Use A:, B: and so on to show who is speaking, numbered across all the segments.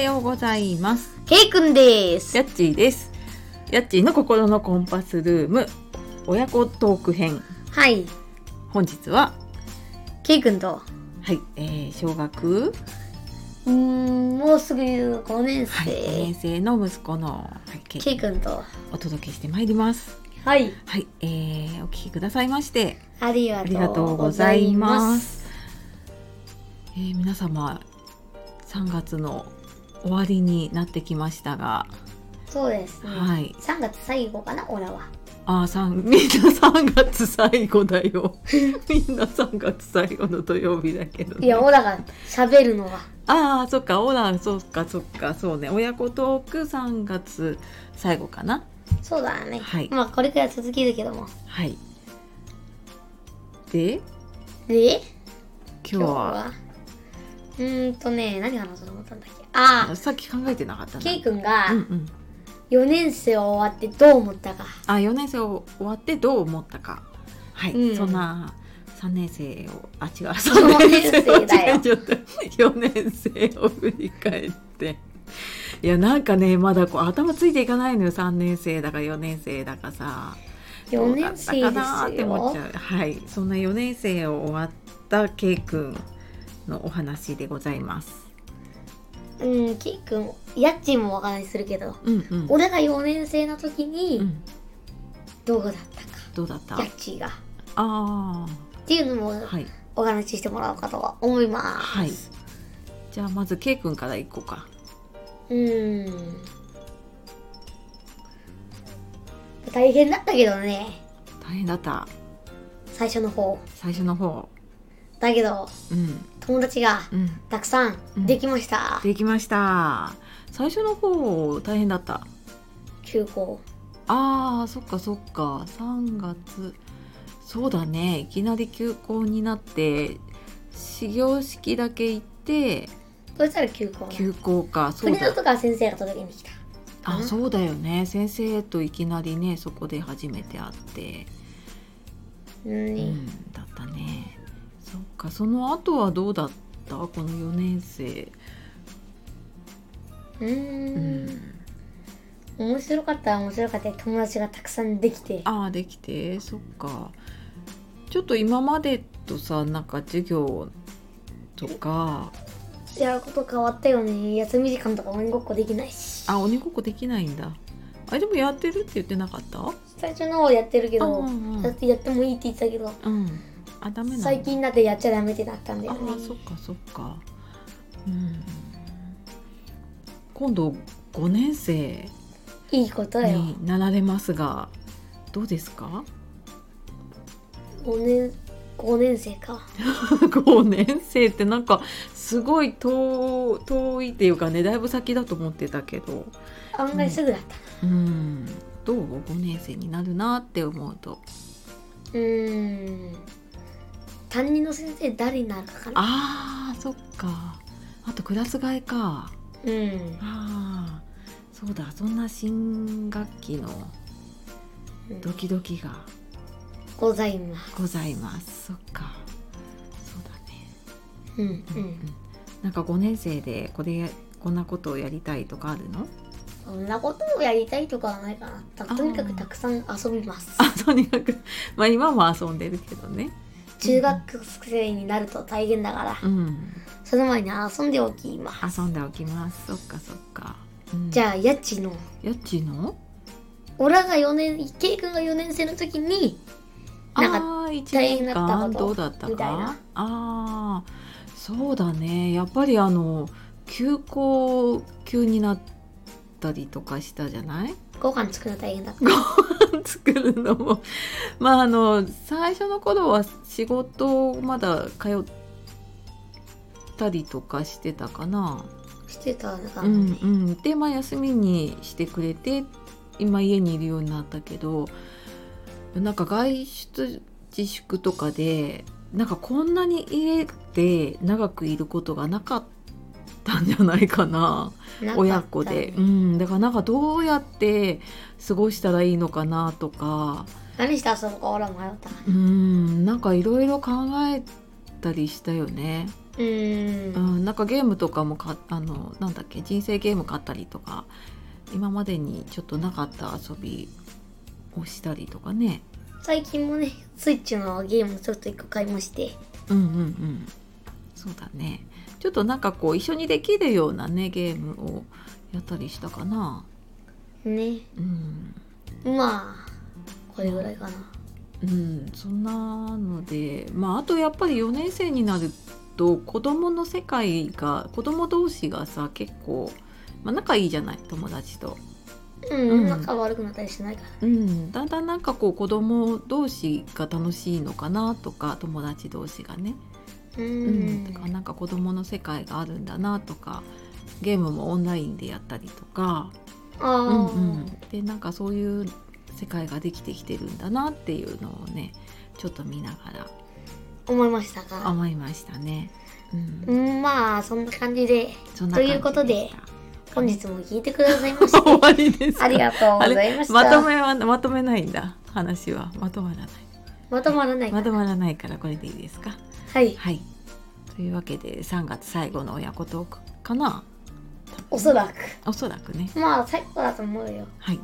A: ようございます。
B: ケイくんです。
A: やっちーです。やっちーの心のコンパスルーム親子トーク編。
B: はい。
A: 本日は、
B: ケイくんと、
A: はい、えー小学、
B: うーん、もうすぐ5年生。
A: はい、5年生の息子の、はい、ケイ
B: ケイくんと、
A: お届けしてまいります。
B: はい。
A: はい、えー、お聞きくださいまして
B: ありが
A: ありが
B: と
A: と
B: う
A: う
B: ご
A: ご
B: ざ
A: ざ
B: い
A: い
B: ま。
A: ますす。えー皆様、3月の終わりになってきましたが、
B: そうですね。
A: はい、
B: 3月最後かな、オラは。
A: あーさ んみんな3月最後だよ みんな3月最後の土曜日だけど、
B: い
A: ね、
B: や、オラが喋るのは。
A: ああそっかオラそっかそっかそうね親子トーク3月最後かな
B: そうだね。
A: はい
B: まあ、これくらい続けるけども。
A: はいで今
B: で、
A: 日は
B: うーんとね、何話そうと思ったんだっけ。あ
A: さっき考えてなかった
B: あ、
A: な
B: ケイくんが
A: うんうん
B: 4年生終わってどう思ったか。
A: あ4年生を終わってどう思ったかはい、
B: うん
A: そんな3年生をあ違う
B: 四
A: 3
B: 年
A: 年生
B: 生だ よ
A: を違う4年生を振り返っていやなんかねまだこう頭ついていかないのよ3年生だか4年生だかさ
B: 4年生
A: どうだったかなーっ
B: です
A: て思っ
B: よ
A: ち。ゃうはいそんな4年生を終わったケイ君のお話でございます
B: うん、ケイ君、家賃もお話しするけど、
A: うんうん、
B: 俺が4年生の時
A: う
B: に
A: ん、
B: どうだった
A: どうだった
B: か、家賃が。っ
A: あ
B: ていうのも
A: あはい
B: お話ししてもらおうかとは思います。
A: はいじゃあまずケイ君からいこうか
B: うーん。大変だったけどね、
A: 大変だった
B: 最初の方。
A: 最初の方
B: だけど、
A: うん
B: 友達が
A: うん
B: たくさんできました。
A: できました最初の方大変だった
B: 休校。
A: あーそっかそっか3月そうだねいきなり休校になって始業式だけ行って
B: そしたら休校な。
A: 休校かそう
B: 国の
A: だ
B: とか先生が届けに来た。
A: あそうだよね先生といきなりねそこで初めて会って
B: う。
A: うんんだったねそっかその後はどうだったこの4年生
B: う
A: う
B: ーん。
A: ん
B: 面白かったら面白かったで友達がたくさんできて。
A: ああできてそっかちょっと今までとさなんか授業とか
B: やること変わったよね休み時間とか鬼ごっこできないし
A: あ鬼ごっこできないんだあでもやってるって言ってなかったあ
B: 最初の方やってるけ
A: う
B: ど
A: ん
B: だってやってもいいって言ってたけど
A: うん、うん、あダメなんだ
B: 最近になってやっちゃダメってなったんだ
A: あ
B: よね
A: ーそっかそっかうん今度5年生
B: いいことだよ
A: になられますがどうですか
B: 5年5年生か
A: 5年生ってなんかすごい遠遠いっていうかねだいぶ先だと思ってたけど
B: 案外すぐだっ
A: う
B: た
A: ん、どう5年生になるなって思うと
B: うーん担任の先生誰になるかかな
A: あーそっかあとクラス替えか
B: うん
A: あーそうだそんな新学期のドキドキが
B: ございます
A: ございますそっかそうだね
B: うん
A: う
B: う
A: ん
B: ん
A: なんか5年生でこれこんなことをやりたいとかあるの
B: そんなことをやりたいとかはないかなた
A: あー
B: とにかくたくさん遊びます
A: あとにかく まあ今も遊んでるけどね
B: 中学生になると大変だから
A: うん
B: その前に遊んでおきます
A: 遊んでおきますそっかそっか、うん、
B: じ
A: あ
B: ゃあ家賃の
A: やっちーの
B: 俺らが4年ケイ君が4年生の時になんか
A: ああー
B: 大変だったこと
A: 一年間どうだったか
B: みたいな
A: ああそうだねやっぱりあの休校急になったりとかしたじゃない
B: ご飯作るの大変だっ た
A: 作るのもまああの最初の頃は仕事をまだ通ったりとかしてたかな
B: してたのか、
A: うんうん、でまあ休みにしてくれて今家にいるようになったけどなんか外出自粛とかでなんかこんなに家で長くいることがなかったんじゃないかな
B: なかったね
A: 親子で、うん、だからなんかどうやって過ごしたらいいのかなとか
B: 何して遊ぶか俺は迷った
A: うんなんかいろいろ考えたりしたよね。
B: うーん
A: う。ん、なんかゲームとかもかあのなんだっけ人生ゲーム買ったりとか今までにちょっとなかった遊びをしたりとかね
B: 最近もね、スイッチのゲームちょっと一個買いまして。
A: うんうんうんそうだねちょっとなんかこう一緒にできるようなねゲームをやったりしたかな
B: ね。
A: うん、
B: まあ、これぐらいかな。
A: うん、そんなのでまああとやっぱり4年生になると子供の世界が子供同士がさ結構、まあ、仲いいじゃない友達と。
B: うん、
A: うん
B: 仲悪くなったりしないから。
A: うん、だんだんなんかこう子供同士が楽しいのかなとか友達同士がね、
B: う。
A: うんだからなんか子供の世界があるんだなとかゲームもオンラインでやったりとか、
B: ああ、
A: うんうん、でなんかそういう世界ができてきてるんだなっていうのをねちょっと見なが
B: 思いました
A: ら
B: か。
A: 思いましたね。うん
B: うん、まあ、そんな感じで、
A: そんな感じ
B: ということで
A: した
B: 本日も聞いてくださいまし
A: 終
B: て、
A: わり です。
B: ありがとうございました。
A: まとめはまとめないんだ話はまとまらない
B: まとまらないか
A: ま
B: な。
A: とまらないからこれでいいですか。
B: はい。
A: はい。というわけで3月最後の親子トークかな。
B: おそら
A: おそらくね。
B: く。まあ、最後だと思うよ。
A: はい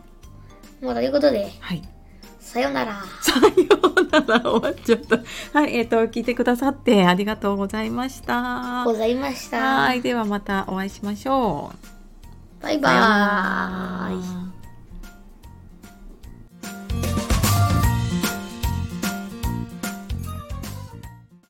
B: まあ、ということで、
A: はい。
B: さようなら。
A: さようなら終わっちゃった。はいえっ、と聞いてくださってありがとうございました。
B: ございました。
A: はいではまたお会いしましょう。
B: バ
A: さ
B: イ
A: よう
B: バ
A: な
B: ー
A: ら
B: イ。